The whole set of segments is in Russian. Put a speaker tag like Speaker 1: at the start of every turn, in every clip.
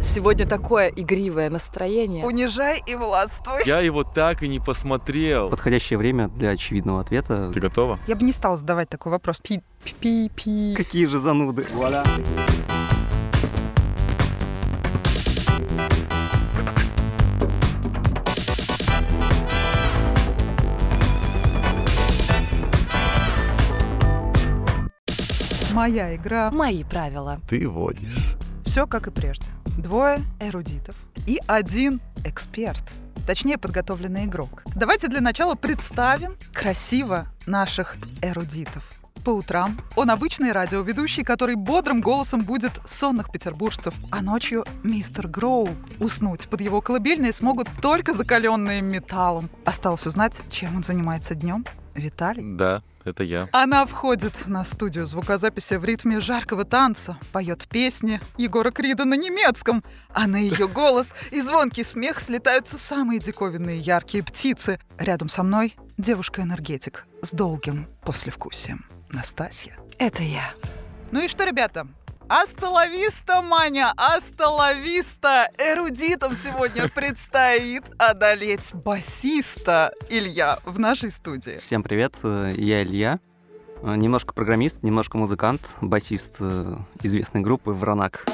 Speaker 1: Сегодня такое игривое настроение.
Speaker 2: Унижай и властвуй.
Speaker 3: Я его так и не посмотрел.
Speaker 4: Подходящее время для очевидного ответа.
Speaker 3: Ты готова?
Speaker 2: Я бы не стал задавать такой вопрос. Пи, пи, пи, пи.
Speaker 4: Какие же зануды.
Speaker 2: Моя игра.
Speaker 1: Мои правила.
Speaker 3: Ты водишь.
Speaker 2: Все как и прежде. Двое эрудитов и один эксперт. Точнее, подготовленный игрок. Давайте для начала представим красиво наших эрудитов. По утрам он обычный радиоведущий, который бодрым голосом будет сонных петербуржцев, а ночью мистер Гроу. Уснуть под его колыбельные смогут только закаленные металлом. Осталось узнать, чем он занимается днем. Виталий.
Speaker 3: Да, это я.
Speaker 2: Она входит на студию звукозаписи в ритме жаркого танца, поет песни Егора Крида на немецком, а на ее голос и звонкий смех слетаются самые диковинные яркие птицы. Рядом со мной девушка-энергетик с долгим послевкусием. Настасья.
Speaker 1: Это я.
Speaker 2: Ну и что, ребята, Астоловиста, Маня, астоловиста! Эрудитом сегодня предстоит одолеть басиста Илья в нашей студии.
Speaker 4: Всем привет, э, я Илья. Э, Немножко программист, немножко музыкант, басист э, известной группы «Вранак».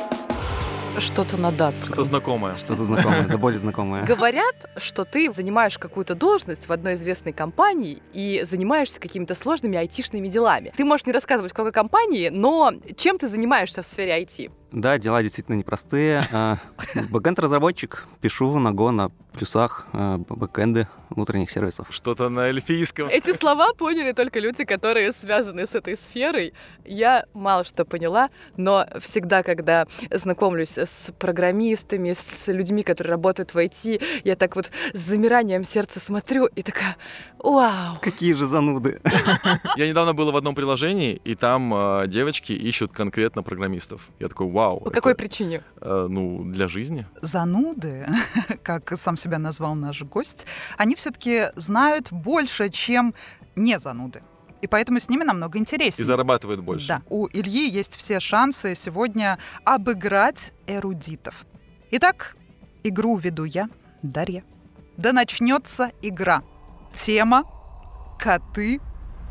Speaker 1: Что-то на датском.
Speaker 3: Что-то знакомое.
Speaker 4: Что-то знакомое, да более знакомое.
Speaker 1: Говорят, что ты занимаешь какую-то должность в одной известной компании и занимаешься какими-то сложными айтишными делами. Ты можешь не рассказывать, в какой компании, но чем ты занимаешься в сфере IT?
Speaker 4: Да, дела действительно непростые. Э, Бэкэнд-разработчик, пишу на Go, на плюсах, э, б- бэкэнды внутренних сервисов.
Speaker 3: Что-то на эльфийском.
Speaker 1: Эти слова поняли только люди, которые связаны с этой сферой. Я мало что поняла, но всегда, когда знакомлюсь с программистами, с людьми, которые работают в IT, я так вот с замиранием сердца смотрю и такая «Вау!»
Speaker 4: Какие же зануды.
Speaker 3: Я недавно был в одном приложении, и там э, девочки ищут конкретно программистов. Я такой, вау.
Speaker 1: По
Speaker 3: это,
Speaker 1: какой причине?
Speaker 3: э, ну, для жизни.
Speaker 2: Зануды, как сам себя назвал наш гость, они все-таки знают больше, чем не зануды. И поэтому с ними намного интереснее.
Speaker 3: И зарабатывает больше.
Speaker 2: Да, у Ильи есть все шансы сегодня обыграть эрудитов. Итак, игру веду я, Дарья. Да начнется игра. Тема «Коты.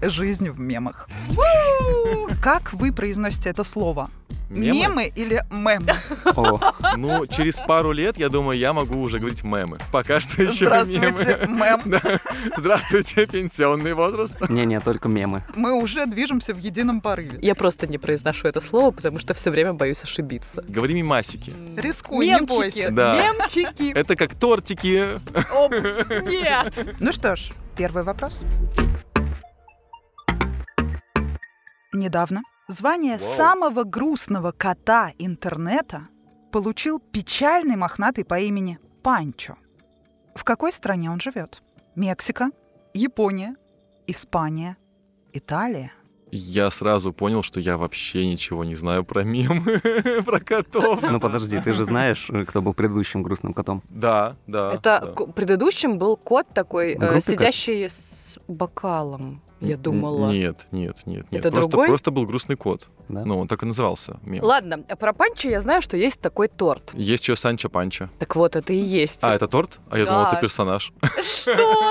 Speaker 2: Жизнь в мемах». У! Как вы произносите это слово?
Speaker 3: Мемы?
Speaker 2: Мемы или мемы?
Speaker 4: О,
Speaker 3: Ну, через пару лет, я думаю, я могу уже говорить мемы. Пока что еще
Speaker 2: Здравствуйте,
Speaker 3: мемы.
Speaker 2: мем.
Speaker 3: Да. Здравствуйте, пенсионный возраст.
Speaker 4: не-не, только мемы.
Speaker 2: Мы уже движемся в едином порыве.
Speaker 1: Я просто не произношу это слово, потому что все время боюсь ошибиться.
Speaker 3: Говори мимасики.
Speaker 2: Рискуй, не
Speaker 1: Мемчики,
Speaker 2: бойся.
Speaker 3: Да.
Speaker 1: мемчики.
Speaker 3: Это как тортики.
Speaker 1: Оп, Нет.
Speaker 2: Ну что ж, первый вопрос. Недавно звание
Speaker 3: Вау.
Speaker 2: самого грустного кота интернета получил печальный мохнатый по имени Панчо. В какой стране он живет? Мексика, Япония, Испания, Италия.
Speaker 3: Я сразу понял, что я вообще ничего не знаю про мемы, про котов.
Speaker 4: Ну подожди, ты же знаешь, э, кто был предыдущим грустным котом.
Speaker 3: Да, А, да.
Speaker 1: Это
Speaker 3: да.
Speaker 1: к- предыдущим был кот такой, э,
Speaker 4: Группе кот.
Speaker 1: сидящий с бокалом, я
Speaker 3: Н-
Speaker 1: думала.
Speaker 3: Нет, нет, нет, нет.
Speaker 1: Это
Speaker 3: просто,
Speaker 1: другой?
Speaker 3: просто был грустный кот.
Speaker 4: Да?
Speaker 3: Ну, он так и назывался. мем.
Speaker 1: Ладно, а про панчо я знаю, что есть такой торт.
Speaker 3: Есть еще Санчо Панчо.
Speaker 1: Так вот, это и есть.
Speaker 3: А, это торт? А я думал,
Speaker 1: Да.
Speaker 3: это персонаж.
Speaker 1: Что?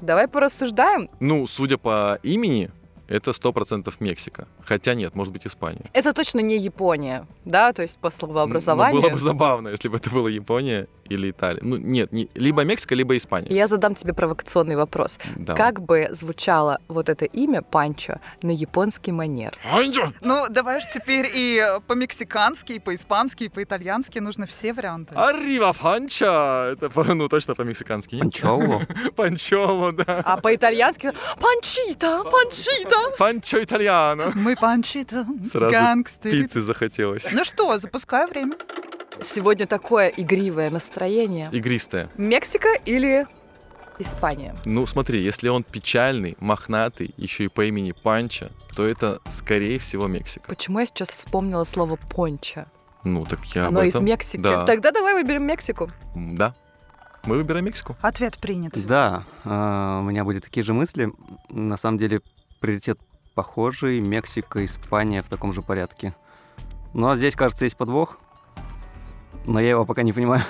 Speaker 1: Давай порассуждаем.
Speaker 3: Ну, судя по имени, это сто процентов Мексика. Хотя нет, может быть, Испания.
Speaker 1: Это точно не Япония, да? То есть по
Speaker 3: Ну,
Speaker 1: словообразованию.
Speaker 3: было бы забавно, если бы это была Япония или Италия. Ну, нет, не- либо Мексика, либо Испания.
Speaker 1: Я задам тебе провокационный вопрос.
Speaker 3: Да.
Speaker 1: Как бы звучало вот это имя Панчо на японский манер?
Speaker 3: Анджо!
Speaker 2: Ну, давай уж теперь и э, по-мексикански, и по-испански, и по-итальянски нужны все варианты.
Speaker 3: Арива Панча! Это, по- ну, точно по-мексикански. нет?
Speaker 4: Панчоуло.
Speaker 3: Панчоло, да.
Speaker 1: А по-итальянски «Панчита! Панчита!»
Speaker 3: Панчо Итальяно.
Speaker 2: Мы панчита,
Speaker 3: Сразу
Speaker 2: гангстеры.
Speaker 3: Пиццы захотелось.
Speaker 2: Ну что, запускаю время.
Speaker 1: Сегодня такое игривое настроение.
Speaker 3: Игристая.
Speaker 1: Мексика или Испания?
Speaker 3: Ну, смотри, если он печальный, мохнатый, еще и по имени Панча, то это, скорее всего, Мексика.
Speaker 1: Почему я сейчас вспомнила слово «понча»?
Speaker 3: Ну, так я
Speaker 1: Оно
Speaker 3: об
Speaker 1: из
Speaker 3: этом...
Speaker 1: Мексики.
Speaker 3: Да.
Speaker 1: Тогда давай выберем Мексику.
Speaker 3: М, Да. Мы выбираем Мексику.
Speaker 2: Ответ принят.
Speaker 4: Да, э, у меня были такие же мысли. На самом деле приоритет похожий. Мексика, Испания в таком же порядке. Ну а здесь, кажется, есть подвох. но я его пока не понимаю.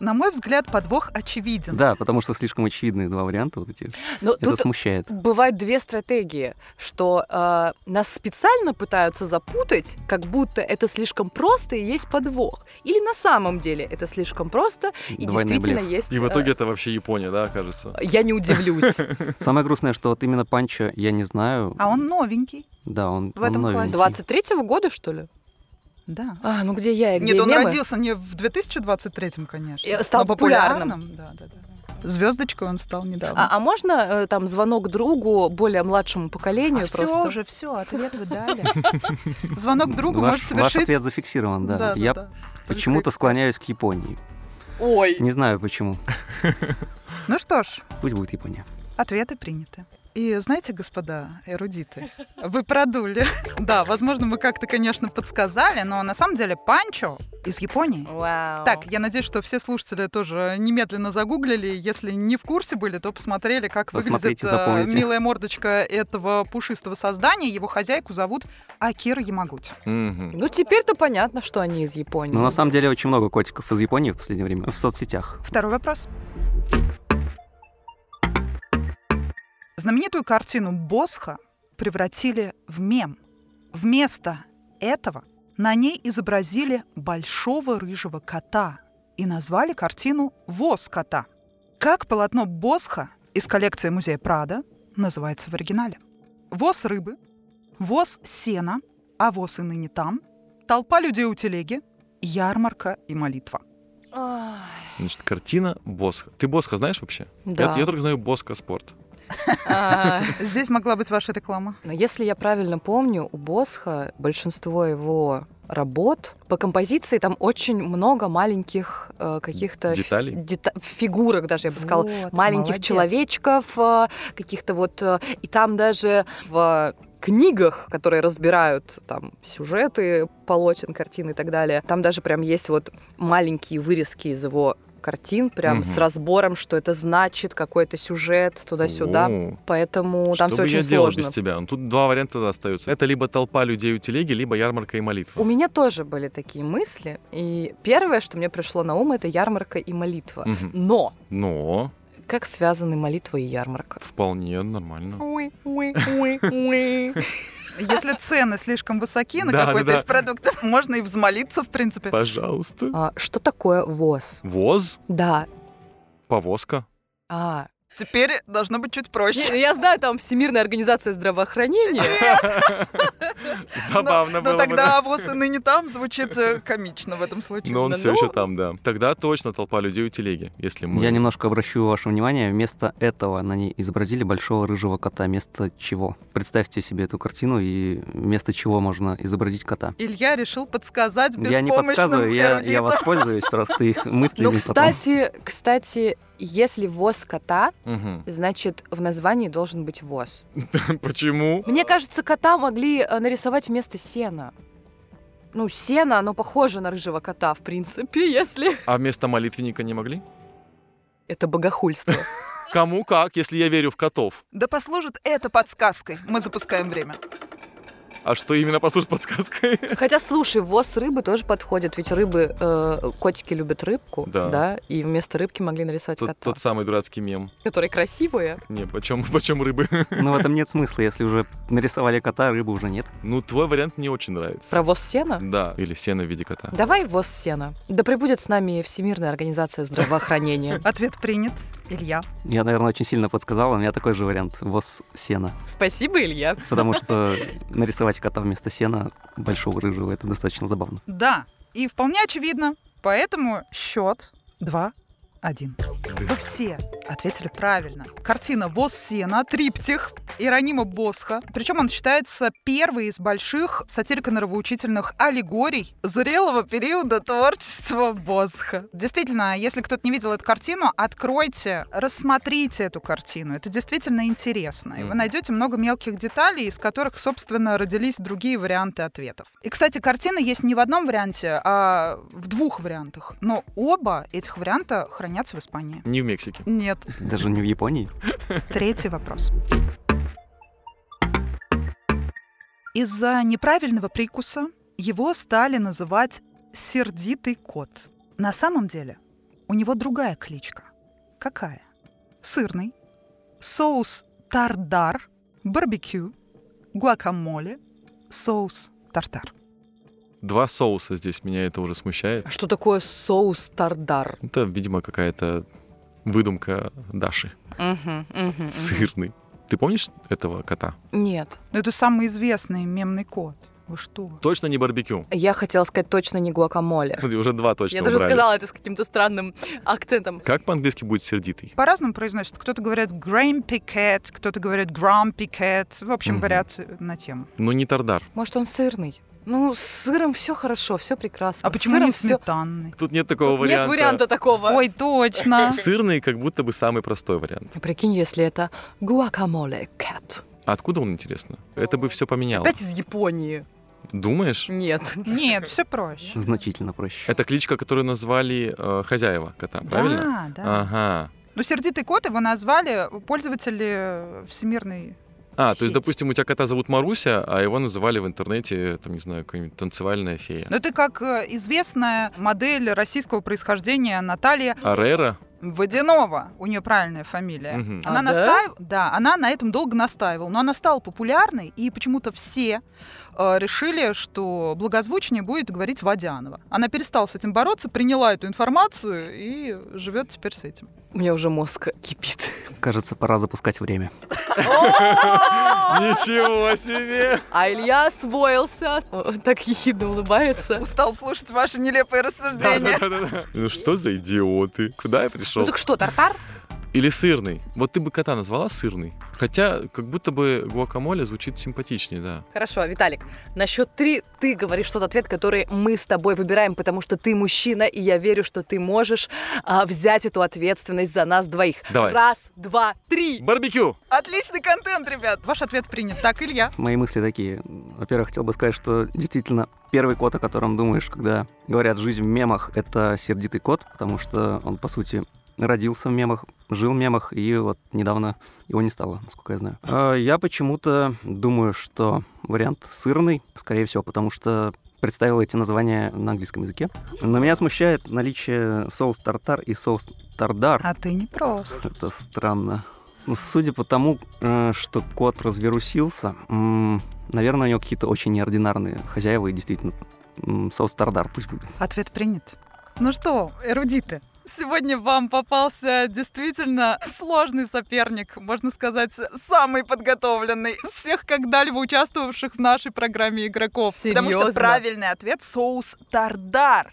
Speaker 2: На мой взгляд, подвох очевиден.
Speaker 4: Да, потому что слишком очевидные два варианта вот эти.
Speaker 1: Но
Speaker 4: Это
Speaker 1: Ну, тут
Speaker 4: смущает.
Speaker 1: бывают две стратегии, что э, нас специально пытаются запутать, как будто это слишком просто и есть подвох, или на самом деле это слишком просто и
Speaker 4: Двойной
Speaker 1: действительно
Speaker 4: блеф.
Speaker 1: есть.
Speaker 3: И в
Speaker 1: э,
Speaker 3: итоге это вообще Япония, да, кажется?
Speaker 1: я не удивлюсь.
Speaker 4: Самое грустное, что вот именно Панча я не знаю.
Speaker 2: А он новенький.
Speaker 4: Да, он
Speaker 2: в этом
Speaker 4: он
Speaker 2: классе.
Speaker 4: новенький.
Speaker 1: 23-го А года, что ли?
Speaker 2: Да.
Speaker 1: А, ну где я и где
Speaker 2: Нет, он
Speaker 1: мемы?
Speaker 2: родился не в 2023, конечно.
Speaker 1: И стал
Speaker 2: но популярным. Да, да, да. Звездочкой он стал недавно.
Speaker 1: А, а можно э, там звонок другу более младшему поколению просто?
Speaker 2: все уже, все, ответ вы дали. Звонок другу
Speaker 4: Ваш-
Speaker 2: может
Speaker 4: Ваш
Speaker 2: совершить...
Speaker 4: ответ зафиксирован, да.
Speaker 2: Да, да,
Speaker 4: Я
Speaker 2: да. Только
Speaker 4: почему-то
Speaker 2: эксперт.
Speaker 4: склоняюсь к Японии.
Speaker 1: Ой.
Speaker 4: Не знаю почему.
Speaker 2: Ну что ж,
Speaker 4: Пусть будет Япония.
Speaker 2: Ответы приняты. И знаете, господа эрудиты, вы продули. Да, возможно, мы как-то, конечно, подсказали, но на самом деле панчо из Японии.
Speaker 1: Вау.
Speaker 2: Так, я надеюсь, что все слушатели тоже немедленно загуглили. Если не в курсе были, то посмотрели, как выглядит
Speaker 4: Посмотрите,
Speaker 2: э,
Speaker 4: запомните.
Speaker 2: милая мордочка этого пушистого создания. Его хозяйку зовут Акира Ямагути.
Speaker 3: Мгм.
Speaker 1: ну теперь-то понятно, что они из Японии.
Speaker 4: Но Ну, на самом деле очень много котиков из Японии в последнее время в соцсетях.
Speaker 2: Второй вопрос. Знаменитую картину Босха превратили в мем. Вместо этого на ней изобразили большого рыжего кота и назвали картину «Воз кота». Как полотно Босха из коллекции музея Прада называется в оригинале? «Воз рыбы», «Воз сена», «А воз и ныне там», «Толпа людей у телеги», «Ярмарка и молитва».
Speaker 1: Ах,
Speaker 3: Значит, картина Босха. Ты Босха знаешь вообще?
Speaker 1: Да.
Speaker 3: Я, я только знаю Босха спорт.
Speaker 1: А,
Speaker 2: Здесь могла быть ваша реклама.
Speaker 1: Но если я правильно помню, у Босха большинство его работ по композиции там очень много маленьких э, каких-то
Speaker 3: Деталей?
Speaker 1: ф- дета- фигурок даже я бы сказала
Speaker 2: Вот,
Speaker 1: маленьких
Speaker 2: молодец.
Speaker 1: человечков э, каких-то вот э, и там даже в книгах, которые разбирают там сюжеты полотен, картин и так далее, там даже прям есть вот маленькие вырезки из его картин, прям
Speaker 3: Мгм.
Speaker 1: с разбором, что это значит, какой это сюжет туда-сюда.
Speaker 3: О,
Speaker 1: Поэтому
Speaker 3: Что
Speaker 1: Ну, там все
Speaker 3: бы
Speaker 1: очень
Speaker 3: я делал
Speaker 1: сложно.
Speaker 3: без тебя? Ну, Тут два варианта остаются. Это либо толпа людей у телеги, либо ярмарка и молитва.
Speaker 1: У меня тоже были такие мысли. И первое, что мне пришло на ум, это ярмарка и молитва.
Speaker 3: Мгм.
Speaker 1: Но
Speaker 3: Но
Speaker 1: как связаны молитва и ярмарка?
Speaker 3: вполне нормально.
Speaker 1: Уи, уи, уи, уи.
Speaker 2: Если цены слишком высоки на
Speaker 3: Да,
Speaker 2: какой-то
Speaker 3: да, да.
Speaker 2: из продуктов, можно и взмолиться, в принципе.
Speaker 3: Пожалуйста.
Speaker 1: А, Что такое ВОЗ?
Speaker 3: Воз,
Speaker 1: Да.
Speaker 3: повозка.
Speaker 1: А.
Speaker 2: Теперь должно быть чуть
Speaker 1: Не,
Speaker 2: проще.
Speaker 1: ну я знаю, там Всемирная организация здравоохранения. Ну,
Speaker 3: Забавно
Speaker 2: но, но
Speaker 3: было бы, да.
Speaker 2: Ну, тогда «воз и ныне там» звучит э, комично в этом случае.
Speaker 3: Но он
Speaker 1: Ну,
Speaker 3: все еще там, да. Тогда точно толпа людей у телеги, если мы...
Speaker 4: Я немножко обращу ваше внимание. Вместо этого на ней изобразили большого рыжего кота. Вместо чего? Представьте себе эту картину и вместо чего можно изобразить кота.
Speaker 2: Илья решил подсказать
Speaker 4: я не
Speaker 2: беспомощным
Speaker 4: подсказываю, я, я
Speaker 2: эрудитам.
Speaker 4: воспользуюсь просто их мыслями.
Speaker 1: Ну,
Speaker 4: потом.
Speaker 1: кстати, кстати, если ВОЗ кота,
Speaker 3: Мгм.
Speaker 1: значит, в названии должен быть ВОЗ.
Speaker 3: Почему?
Speaker 1: Мне кажется, кота могли э, нарисовать вместо сена. Ну, сено, оно похоже на рыжего кота, в принципе, если
Speaker 3: А вместо молитвенника не могли?
Speaker 1: Это богохульство.
Speaker 3: Кому как, если я верю в котов?
Speaker 2: Да послужит это подсказкой. Мы запускаем время.
Speaker 3: А что именно послужит подсказкой?
Speaker 1: Хотя, слушай, воз рыбы тоже подходит, ведь рыбы, э, котики любят рыбку,
Speaker 3: Да.
Speaker 1: и вместо рыбки могли нарисовать
Speaker 3: Тот,
Speaker 1: кота,
Speaker 3: тот самый дурацкий мем.
Speaker 1: которые красивые.
Speaker 3: Не, почем, почем рыбы?
Speaker 4: Но в этом нет смысла, если уже нарисовали кота, рыбы уже нет.
Speaker 3: Ну, твой вариант мне очень нравится.
Speaker 1: Про воз сена?
Speaker 3: Да, или сено в виде кота.
Speaker 1: Давай воз сена. Да прибудет с нами Всемирная организация здравоохранения.
Speaker 2: Ответ принят. Илья.
Speaker 4: Я, наверное, очень сильно подсказал, у меня такой же вариант. Воз сена.
Speaker 1: Спасибо, Илья.
Speaker 4: Потому что нарисовать кота вместо сена большого рыжего, это достаточно забавно.
Speaker 2: Да. И вполне очевидно. Поэтому счет 2-1. Вы все ответили правильно. Картина «Босс Сена», «Триптих» Иронима Босха. Причем он считается первой из больших сатирико-норовоучительных аллегорий зрелого периода творчества Босха. Действительно, если кто-то не видел эту картину, откройте, рассмотрите эту картину. Это действительно интересно. И вы
Speaker 3: Мгм.
Speaker 2: найдете много мелких деталей, из которых, собственно, родились другие варианты ответов. И, кстати, картина есть не в одном варианте, а в двух вариантах. Но оба этих варианта хранятся в Испании.
Speaker 3: Не в Мексике.
Speaker 2: Нет.
Speaker 4: Даже не в Японии.
Speaker 2: Третий вопрос. Из-за неправильного прикуса его стали называть сердитый кот. На самом деле у него другая кличка. Какая? Сырный, соус тардар, барбекю, гуакамоле, соус тартар.
Speaker 3: Два соуса здесь, меня это уже смущает.
Speaker 1: Что такое соус тардар?
Speaker 3: Это, видимо, какая-то выдумка Даши.
Speaker 1: Мгм, мгм, мгм.
Speaker 3: Сырный. Ты помнишь этого кота?
Speaker 1: Нет.
Speaker 2: Ну, это самый известный мемный кот. Вы что?
Speaker 3: Точно не барбекю.
Speaker 1: Я хотела сказать точно не гуакамоле.
Speaker 3: Смотри, Уже два точно
Speaker 1: Я даже
Speaker 3: убрали.
Speaker 1: сказала это с каким-то странным акцентом.
Speaker 3: Как по-английски будет сердитый?
Speaker 2: По-разному произносят. Кто-то говорит grumpy cat, кто-то говорит grumpy cat. В общем,
Speaker 3: Мгм.
Speaker 2: вариации на тему.
Speaker 3: Ну, не тардар.
Speaker 1: Может, он сырный? Ну, с сыром все хорошо, все прекрасно.
Speaker 2: А
Speaker 1: С
Speaker 2: почему
Speaker 1: сыром
Speaker 2: не
Speaker 1: всё-
Speaker 2: сметанный?
Speaker 3: Тут нет такого
Speaker 1: Тут
Speaker 3: варианта.
Speaker 1: Нет варианта такого.
Speaker 2: Ой, точно.
Speaker 3: Сырный как будто бы самый простой вариант.
Speaker 1: Прикинь, если это гуакамоле кэт.
Speaker 3: А откуда он, интересно? Это бы все поменяло.
Speaker 1: Опять из Японии.
Speaker 3: Думаешь?
Speaker 1: Нет.
Speaker 2: Нет, все проще.
Speaker 4: Значительно проще.
Speaker 3: Это кличка, которую назвали э, хозяева кота, правильно? А.
Speaker 2: Да, да.
Speaker 3: Ага.
Speaker 2: Ну, сердитый кот его назвали пользователи всемирной.
Speaker 3: А, то
Speaker 2: Сеть.
Speaker 3: есть, допустим, у тебя кота зовут Маруся, а его называли в интернете, там, не знаю, какая-нибудь танцевальная фея.
Speaker 2: Ну, это как э, известная модель российского происхождения Наталья
Speaker 3: Арера?
Speaker 2: Водянова. У нее правильная фамилия.
Speaker 3: Мгм.
Speaker 2: Она
Speaker 1: А, да?
Speaker 2: настаив- да? она на этом долго настаивала, но она стала популярной, и почему-то все э, решили, что благозвучнее будет говорить Водянова. Она перестала с этим бороться, приняла эту информацию и живет теперь с этим.
Speaker 1: У меня уже мозг кипит.
Speaker 4: Кажется, пора запускать время.
Speaker 3: Ничего себе!
Speaker 1: А Илья освоился. О, Так ехидно улыбается.
Speaker 2: Устал слушать ваши нелепые рассуждения.
Speaker 3: Ну что за идиоты? Куда я
Speaker 1: Ну
Speaker 3: пришел?
Speaker 1: так что, тартар?
Speaker 3: Или сырный. Вот ты бы кота назвала сырный. Хотя, как будто бы гуакамоле звучит симпатичнее, да.
Speaker 1: Хорошо, Виталик, на счет три ты говоришь тот ответ, который мы с тобой выбираем, потому что ты мужчина, и я верю, что ты можешь а, взять эту ответственность за нас двоих.
Speaker 3: Давай.
Speaker 1: Раз, два, три.
Speaker 3: Барбекю!
Speaker 2: Отличный контент, ребят. Ваш ответ принят. Так, Илья.
Speaker 4: Мои мысли такие. Во-первых, хотел бы сказать, что действительно первый кот, о котором думаешь, когда говорят «жизнь в мемах», это сердитый кот, потому что он, по сути, родился в мемах, жил в мемах, и вот недавно его не стало, насколько я знаю. А Я почему-то думаю, что вариант сырный, скорее всего, потому что представил эти названия на английском языке. Но меня смущает наличие соус тартар и соус тардар.
Speaker 2: А ты не прост.
Speaker 4: Это странно. Ну, Судя по тому, э, что кот разверусился, м, наверное, у него какие-то очень неординарные хозяева и действительно м, соус тардар пусть будет.
Speaker 2: Ответ принят. Ну что, эрудиты, сегодня вам попался действительно сложный соперник, можно сказать, самый подготовленный из всех когда-либо участвовавших в нашей программе игроков. Потому
Speaker 1: Серьезно?
Speaker 2: что правильный ответ — соус тардар.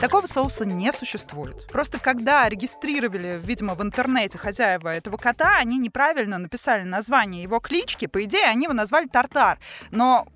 Speaker 2: Такого соуса не существует. Просто когда регистрировали, видимо, в интернете хозяева этого кота, они неправильно написали название его клички. По идее, они его назвали Тартар. Но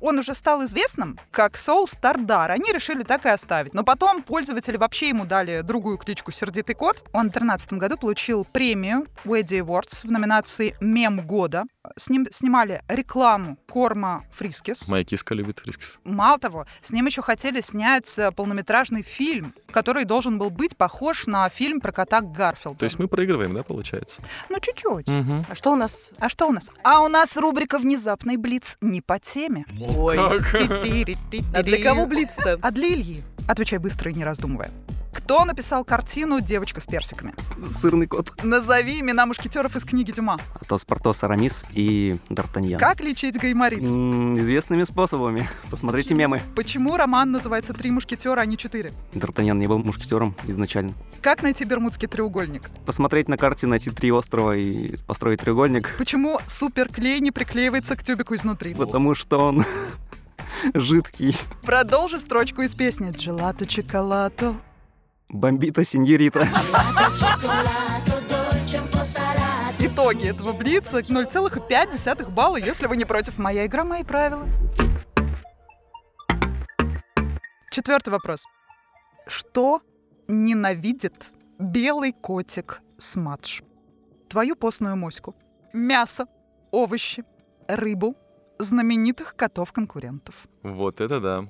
Speaker 2: он уже стал известным как соус Тардар. Они решили так и оставить. Но потом пользователи вообще ему дали другую кличку «Сердитый кот». Он в 2013 году получил премию Уэдди Awards в номинации «Мем года». С ним снимали рекламу корма «Фрискис».
Speaker 3: Моя киска любит фрискис.
Speaker 2: Мало того, с ним еще хотели снять э, полнометражный фильм, который должен был быть похож на фильм про кота Гарфилда.
Speaker 3: То есть мы проигрываем, да, получается?
Speaker 2: Ну, чуть-чуть.
Speaker 3: Угу.
Speaker 1: А что у нас?
Speaker 2: А что у нас? А у нас рубрика «Внезапный блиц» не по теме.
Speaker 1: Ой. А для кого блиц-то?
Speaker 2: А для Ильи. Отвечай быстро и не раздумывая. Кто написал картину «Девочка с персиками»?
Speaker 4: Сырный кот.
Speaker 2: Назови имена мушкетеров из книги Дюма.
Speaker 4: Атос, Портос, Арамис и Д'Артаньян.
Speaker 2: Как лечить гайморит?
Speaker 4: М, Известными способами. Посмотрите мемы.
Speaker 2: Почему роман называется «Три мушкетера», а не «Четыре»?
Speaker 4: Д'Артаньян не был мушкетером изначально.
Speaker 2: Как найти бермудский треугольник?
Speaker 4: Посмотреть на карте, найти три острова и построить треугольник,
Speaker 2: Почему суперклей не приклеивается к тюбику изнутри?
Speaker 4: потому что он жидкий.
Speaker 2: Продолжи строчку из песни «Джелато чоколато».
Speaker 4: Бомбита синьорита.
Speaker 2: Итоги этого блица 0,5 балла, если вы не против. Моя игра, мои правила. Четвертый вопрос. Что ненавидит белый котик Смадж? Твою постную моську, мясо, овощи, рыбу, знаменитых котов-конкурентов.
Speaker 3: Вот это да.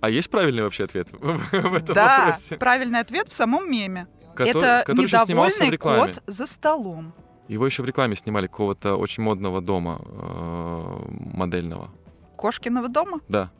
Speaker 3: А есть правильный вообще ответ в- в этом
Speaker 2: да,
Speaker 3: вопросе?
Speaker 2: правильный ответ в самом меме.
Speaker 3: Который-
Speaker 2: Это
Speaker 3: который еще снимался в
Speaker 2: недовольный
Speaker 3: рекламе.
Speaker 2: кот за столом.
Speaker 3: Его еще в рекламе снимали какого-то очень модного дома э, модельного.
Speaker 2: Кошкиного дома?
Speaker 3: Да.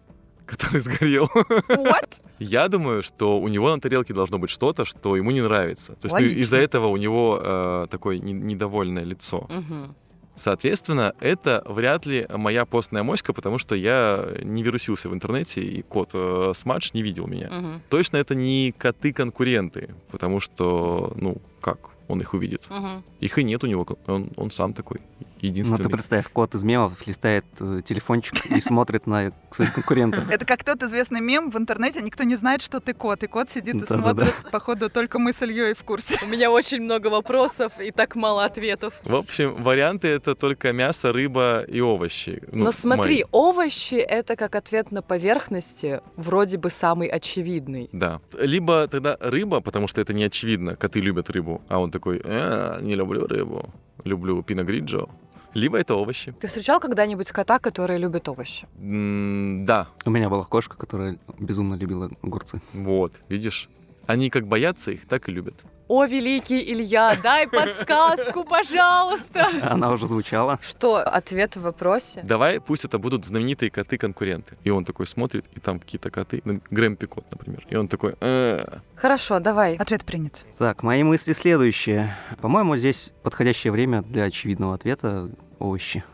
Speaker 3: который сгорел.
Speaker 1: What?
Speaker 3: Я думаю, что у него на тарелке должно быть что-то, что ему не нравится. То есть ну,
Speaker 2: Логично.
Speaker 3: из-за этого у него э, такое не- недовольное лицо.
Speaker 1: Мгм.
Speaker 3: Соответственно, это вряд ли моя постная моська, потому что я не вирусился в интернете, и кот э, Смадж не видел меня.
Speaker 1: Мгм.
Speaker 3: Точно это не коты-конкуренты, потому что, ну, как он их увидит?
Speaker 1: Мгм.
Speaker 3: Их и нет у него, он, он сам такой,
Speaker 4: Ну,
Speaker 3: единственный.
Speaker 4: ты представь, кот из мемов листает э, телефончик и смотрит на своих конкурентов.
Speaker 2: Это как тот известный мем в интернете, никто не знает, что ты кот, и кот сидит и
Speaker 4: Да-да-да.
Speaker 2: смотрит, походу, только мы с Ильей в курсе.
Speaker 1: У меня очень много вопросов и так мало ответов.
Speaker 3: В общем, варианты это только мясо, рыба и овощи. Ну,
Speaker 1: Но смотри, овощи — это как ответ на поверхности, вроде бы самый очевидный.
Speaker 3: мои. Да. Либо тогда рыба, потому что это не очевидно, коты любят рыбу, а он такой, «Э, не люблю рыбу, люблю пиногриджо. Либо это овощи.
Speaker 1: Ты встречал когда-нибудь кота, который любит овощи?
Speaker 3: М, да,
Speaker 4: У меня была кошка, которая безумно любила огурцы.
Speaker 3: вот, видишь. Они как боятся их, так и любят.
Speaker 1: О, великий Илья, дай подсказку, пожалуйста!
Speaker 4: Она уже звучала.
Speaker 1: Что, ответ в вопросе?
Speaker 3: Давай, пусть это будут знаменитые коты-конкуренты. И он такой смотрит, и там какие-то коты, ну, Грэмпи кот, например. И он такой, «Э,
Speaker 1: Хорошо, давай.
Speaker 2: Ответ принят.
Speaker 4: Так, мои мысли следующие. По-моему, здесь подходящее время для очевидного ответа — овощи.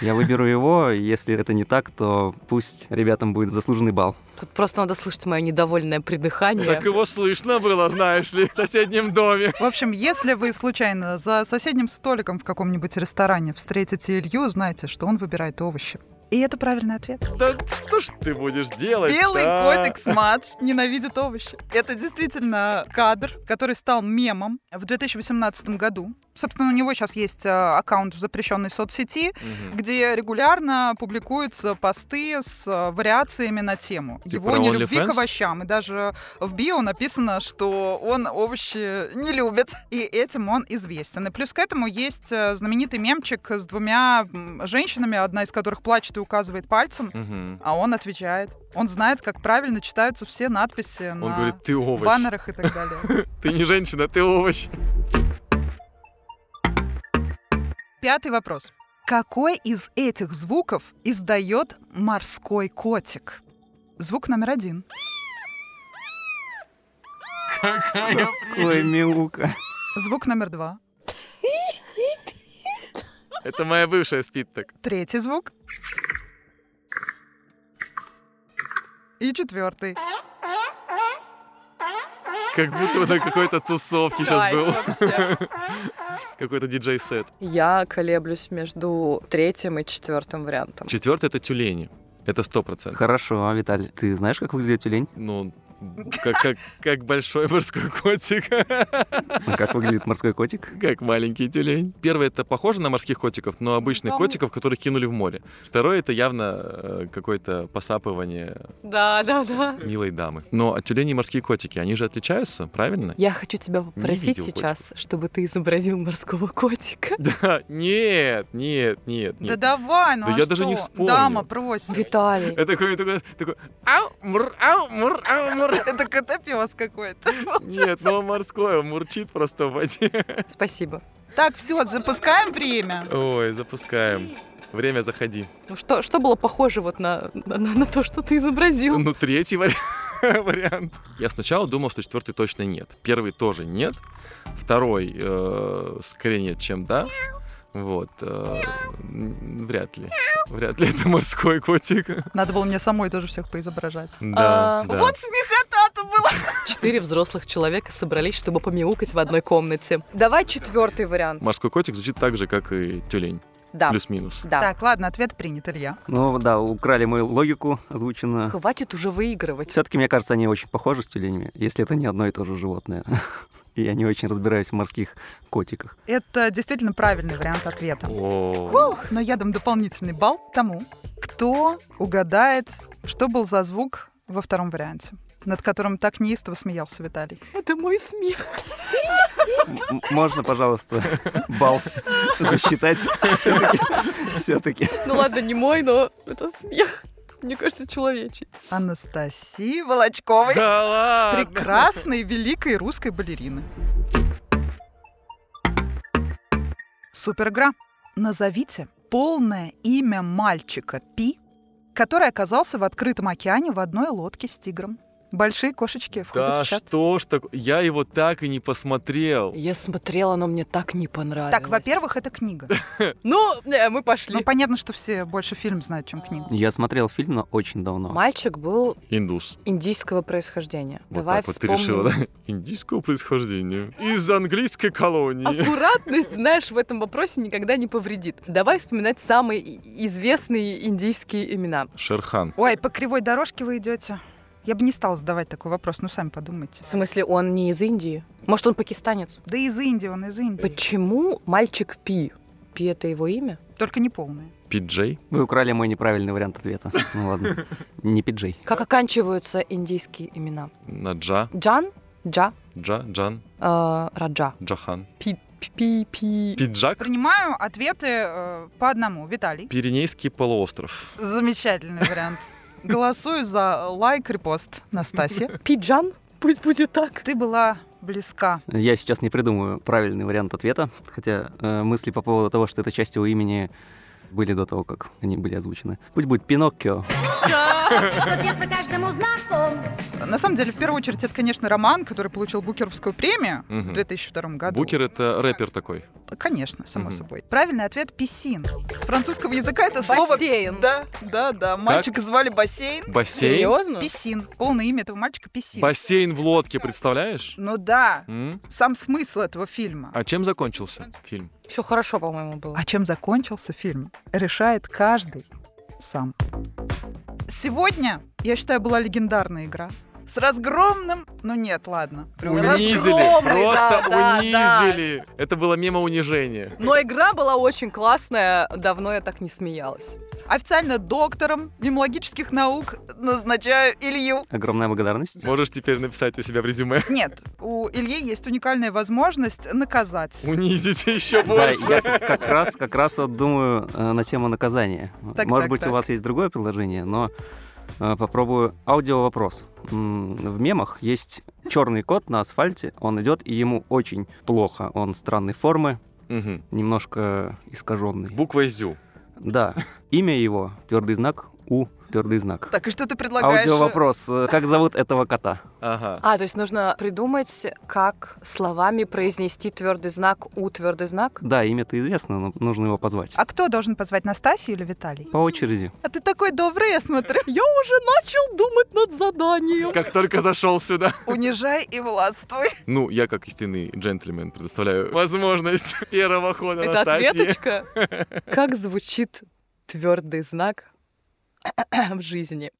Speaker 4: Я выберу его, и если это не так, то пусть ребятам будет заслуженный балл.
Speaker 1: Тут просто надо слышать мое недовольное придыхание.
Speaker 3: так его слышно было, знаешь ли, в соседнем доме.
Speaker 2: В общем, если вы случайно за соседним столиком в каком-нибудь ресторане встретите Илью, знайте, что он выбирает овощи. И это правильный ответ.
Speaker 3: Да что ж ты будешь делать?
Speaker 2: Белый котик Смадж ненавидит овощи. Это действительно кадр, который стал мемом в 2018 году. Собственно, у него сейчас есть э, аккаунт в запрещенной соцсети, где регулярно публикуются посты с э, вариациями на тему
Speaker 3: Ты
Speaker 2: его
Speaker 3: про
Speaker 2: нелюбви к
Speaker 3: OnlyFans?
Speaker 2: овощам. И даже в био написано, что он овощи не любит. И этим он известен. И плюс к этому есть э, знаменитый мемчик с двумя м, женщинами, одна из которых плачет и указывает пальцем, а он отвечает. Он знает, как правильно читаются все надписи
Speaker 3: Он
Speaker 2: на
Speaker 3: говорит, ты овощ.
Speaker 2: баннерах и так далее.
Speaker 3: Ты не женщина, ты овощ.
Speaker 2: Пятый вопрос. Какой из этих звуков издает морской котик? Звук номер один.
Speaker 4: Ой, мяука.
Speaker 2: Звук номер два.
Speaker 3: Это моя бывшая спит так.
Speaker 2: Третий звук. И четвертый.
Speaker 3: Как будто бы на какой-то тусовке сейчас был. Какой-то диджей-сет.
Speaker 1: Я колеблюсь между третьим и четвертым вариантом.
Speaker 3: Четвертый — это тюлени. Это сто процентов.
Speaker 4: Хорошо, Виталь, ты знаешь, как выглядит тюлень?
Speaker 3: Ну, как, как, как большой морской котик.
Speaker 4: А Как выглядит морской котик?
Speaker 3: Как маленький тюлень. Первое это похоже на морских котиков, но обычных
Speaker 2: Ну.
Speaker 1: Там-
Speaker 3: котиков, которых кинули в море. Второе это явно э, какое-то посапывание
Speaker 1: Да, да, да.
Speaker 3: милой дамы. Но от тюленей морские котики, они же отличаются, правильно?
Speaker 1: Я хочу тебя попросить
Speaker 3: видел
Speaker 1: сейчас, чтобы ты изобразил морского котика.
Speaker 3: Да, нет, нет, нет,
Speaker 2: Да
Speaker 3: нет.
Speaker 2: давай, ну
Speaker 3: Да
Speaker 2: а
Speaker 3: я даже не
Speaker 2: что?
Speaker 3: вспомнил.
Speaker 2: Дама просит.
Speaker 1: Виталий,
Speaker 3: Это такой, такой, такой, ау, мур, ау, мур, ау, мур.
Speaker 2: Это котопес какой-то.
Speaker 3: Нет, ну он морской, он мурчит просто в воде.
Speaker 1: спасибо.
Speaker 2: Так, все, запускаем время.
Speaker 3: Ой, запускаем. Время заходи.
Speaker 1: Ну что, что было похоже вот на, на- на- на то, что ты изобразил?
Speaker 3: Ну, третий вари- вариант. Я сначала думал, что четвертый точно нет. Первый тоже нет. Второй э, скорее нет, чем да. Вот. э, м, вряд ли. Вряд ли это морской котик.
Speaker 2: Надо было мне самой тоже всех поизображать.
Speaker 3: Да,
Speaker 1: А,
Speaker 3: да.
Speaker 2: Вот смехота-то была.
Speaker 1: Четыре взрослых человека собрались, чтобы помяукать в одной комнате. Давай четвертый вариант.
Speaker 3: Морской котик звучит так же, как и тюлень.
Speaker 1: Да,
Speaker 3: Плюс-минус.
Speaker 1: да.
Speaker 2: Так, ладно, ответ принят, Илья.
Speaker 4: Ну да, украли мою логику озвучено.
Speaker 1: Хватит уже выигрывать.
Speaker 4: Все-таки, мне кажется, они очень похожи с тюленями, если это не одно и то же животное. И Я не очень разбираюсь в морских котиках.
Speaker 2: Это действительно правильный вариант ответа.
Speaker 3: О,
Speaker 2: Но я дам дополнительный балл тому, кто угадает, что был за звук во втором варианте, над которым так неистово смеялся Виталий.
Speaker 1: Это мой смех.
Speaker 4: М- Можно, пожалуйста, бал засчитать? Все-таки.
Speaker 1: Ну ладно, не мой, но это смех. Мне кажется, человечий.
Speaker 2: Анастасии Волочковой.
Speaker 3: Да ладно!
Speaker 2: Прекрасной, великой русской балерины. Супер игра. Назовите полное имя мальчика Пи который оказался в открытом океане в одной лодке с тигром. Большие кошечки входят
Speaker 3: Да
Speaker 2: в чат.
Speaker 3: что ж так... Я его так и не посмотрел.
Speaker 1: Я смотрела, но мне так не понравилось.
Speaker 2: Так, во-первых, это книга.
Speaker 1: Ну, э, мы пошли.
Speaker 2: Ну, понятно, что все больше фильм знают, чем книгу.
Speaker 4: Я смотрел фильм, но очень давно.
Speaker 1: Мальчик был
Speaker 3: Индус.
Speaker 1: индийского происхождения.
Speaker 3: Вот
Speaker 1: Давай
Speaker 3: так вот ты
Speaker 1: вспомним.
Speaker 3: решила, да? Индийского происхождения. Из английской колонии.
Speaker 1: Аккуратность, знаешь, в этом вопросе никогда не повредит. Давай вспоминать самые и- известные индийские имена.
Speaker 3: Шерхан.
Speaker 2: Ой, по кривой дорожке вы идете. Я бы не стала задавать такой вопрос, ну сами подумайте.
Speaker 1: В смысле, он не из Индии? Может, он пакистанец?
Speaker 2: Да из Индии он, из Индии.
Speaker 1: Почему мальчик Пи? Пи — это его имя?
Speaker 2: Только не полный.
Speaker 3: Пиджей.
Speaker 4: Вы украли мой неправильный вариант ответа. Ну ладно. Не пиджей.
Speaker 1: Как оканчиваются индийские имена?
Speaker 3: Наджа.
Speaker 1: Джан, Джа,
Speaker 3: Джа. Джан.
Speaker 1: э, Раджа.
Speaker 3: Джахан.
Speaker 1: Пи, пи, пи.
Speaker 3: Пиджак.
Speaker 2: Принимаю ответы э, по одному. Виталий.
Speaker 3: Пиренейский полуостров.
Speaker 2: Замечательный вариант. Голосую за лайк, репост, Настасья.
Speaker 1: Пиджан? Пусть будет так.
Speaker 2: Ты была близка.
Speaker 4: Я сейчас не придумаю правильный вариант ответа, хотя э, мысли по поводу того, что это часть его имени, были до того, как они были озвучены. Пусть будет Пиноккио.
Speaker 5: Ответ по каждому знаком.
Speaker 2: На самом деле, в первую очередь, это, конечно, роман, который получил Букеровскую премию в
Speaker 3: Мгм.
Speaker 2: 2002 году.
Speaker 3: Букер — это рэпер такой.
Speaker 2: Конечно, само
Speaker 3: Мгм.
Speaker 2: собой. Правильный ответ – писин. С французского языка это слово...
Speaker 1: Бассейн.
Speaker 2: Да, да, да. Мальчика звали бассейн.
Speaker 3: Бассейн.
Speaker 1: Серьезно?
Speaker 2: Писин. Полное имя этого мальчика – писин.
Speaker 3: Ну. Бассейн в лодке, представляешь?
Speaker 2: Ну да,
Speaker 3: М?
Speaker 2: сам смысл этого фильма.
Speaker 3: А чем закончился фильм?
Speaker 1: Все хорошо, по-моему, было.
Speaker 2: А чем закончился фильм, решает каждый сам. Сегодня, я считаю, была легендарная игра. С разгромным... Ну нет, ладно.
Speaker 3: Унизили,
Speaker 1: разгромный,
Speaker 3: просто
Speaker 1: да, да,
Speaker 3: унизили. Это было мимо унижения.
Speaker 1: Но игра была очень классная, давно я так не смеялась.
Speaker 2: Официально доктором мемологических наук назначаю Илью.
Speaker 4: Огромная благодарность.
Speaker 3: Можешь теперь написать у себя в резюме.
Speaker 2: Нет, у Ильи есть уникальная возможность наказать.
Speaker 3: Унизить еще
Speaker 4: Да,
Speaker 3: больше.
Speaker 4: я как раз, как раз вот думаю э, на тему наказания.
Speaker 2: Так,
Speaker 4: Может
Speaker 2: так,
Speaker 4: быть,
Speaker 2: так.
Speaker 4: у вас есть другое приложение, но э, попробую аудио вопрос. В мемах есть черный кот на асфальте, он идет, и ему очень плохо. Он странной формы,
Speaker 3: Мгм.
Speaker 4: немножко искаженный.
Speaker 3: Буква ЗЮ.
Speaker 4: Да. Имя его твердый знак У твердый знак.
Speaker 2: Так, э, и что
Speaker 3: А
Speaker 2: ты предлагаешь?
Speaker 4: Аудио вопрос. Как зовут этого кота?
Speaker 3: Ага.
Speaker 1: А, то есть нужно придумать, как словами произнести твердый знак у твердый знак.
Speaker 4: Да, имя-то известно, но нужно его позвать.
Speaker 2: А кто должен позвать, Настасью или Виталий?
Speaker 4: По очереди.
Speaker 2: А ты такой добрый, я смотрю.
Speaker 1: Я уже начал думать над заданием.
Speaker 3: Как только зашел сюда.
Speaker 2: Унижай и властвуй.
Speaker 3: Ну, я как истинный джентльмен предоставляю возможность первого хода
Speaker 1: Это
Speaker 3: Настасье.
Speaker 1: ответочка. Как звучит твердый знак в жизни?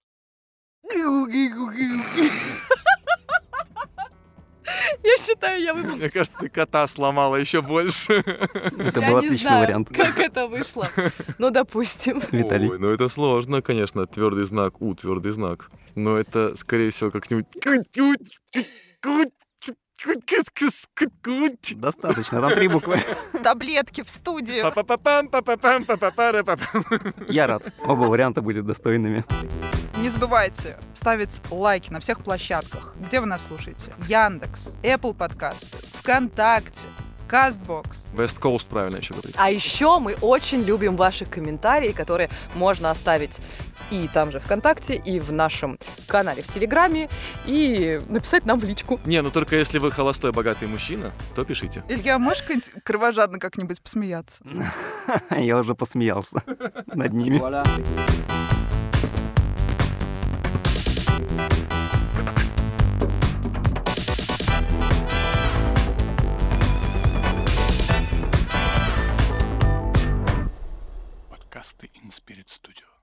Speaker 1: Я считаю, я выпала.
Speaker 3: Мне кажется, ты кота сломала еще больше.
Speaker 4: Это
Speaker 1: Я
Speaker 4: был
Speaker 1: не
Speaker 4: отличный
Speaker 1: знаю,
Speaker 4: вариант.
Speaker 1: Как это вышло? Ну, допустим.
Speaker 4: Виталий.
Speaker 3: Ой, ну это сложно, конечно, твердый знак, у, твердый знак. Но это, скорее всего, как-нибудь...
Speaker 4: Достаточно, там три буквы.
Speaker 2: Таблетки в студию.
Speaker 3: Па-па-па-пам, па-па-пам, па-па-пара-па-пам.
Speaker 4: Я рад. Оба варианта были достойными.
Speaker 2: Не забывайте ставить лайки на всех площадках, где вы нас слушаете. Яндекс, Apple Подкасты, ВКонтакте, Кастбокс.
Speaker 3: West Coast правильно еще говорить.
Speaker 1: А еще мы очень любим ваши комментарии, которые можно оставить и там же ВКонтакте, и в нашем канале в Телеграме, и написать нам в личку.
Speaker 3: Не, ну только если вы холостой богатый мужчина, то пишите.
Speaker 2: Илья, можешь как-нибудь кровожадно как-нибудь посмеяться?
Speaker 4: Я уже посмеялся над ними.
Speaker 6: Подкасты InSpirit Studio.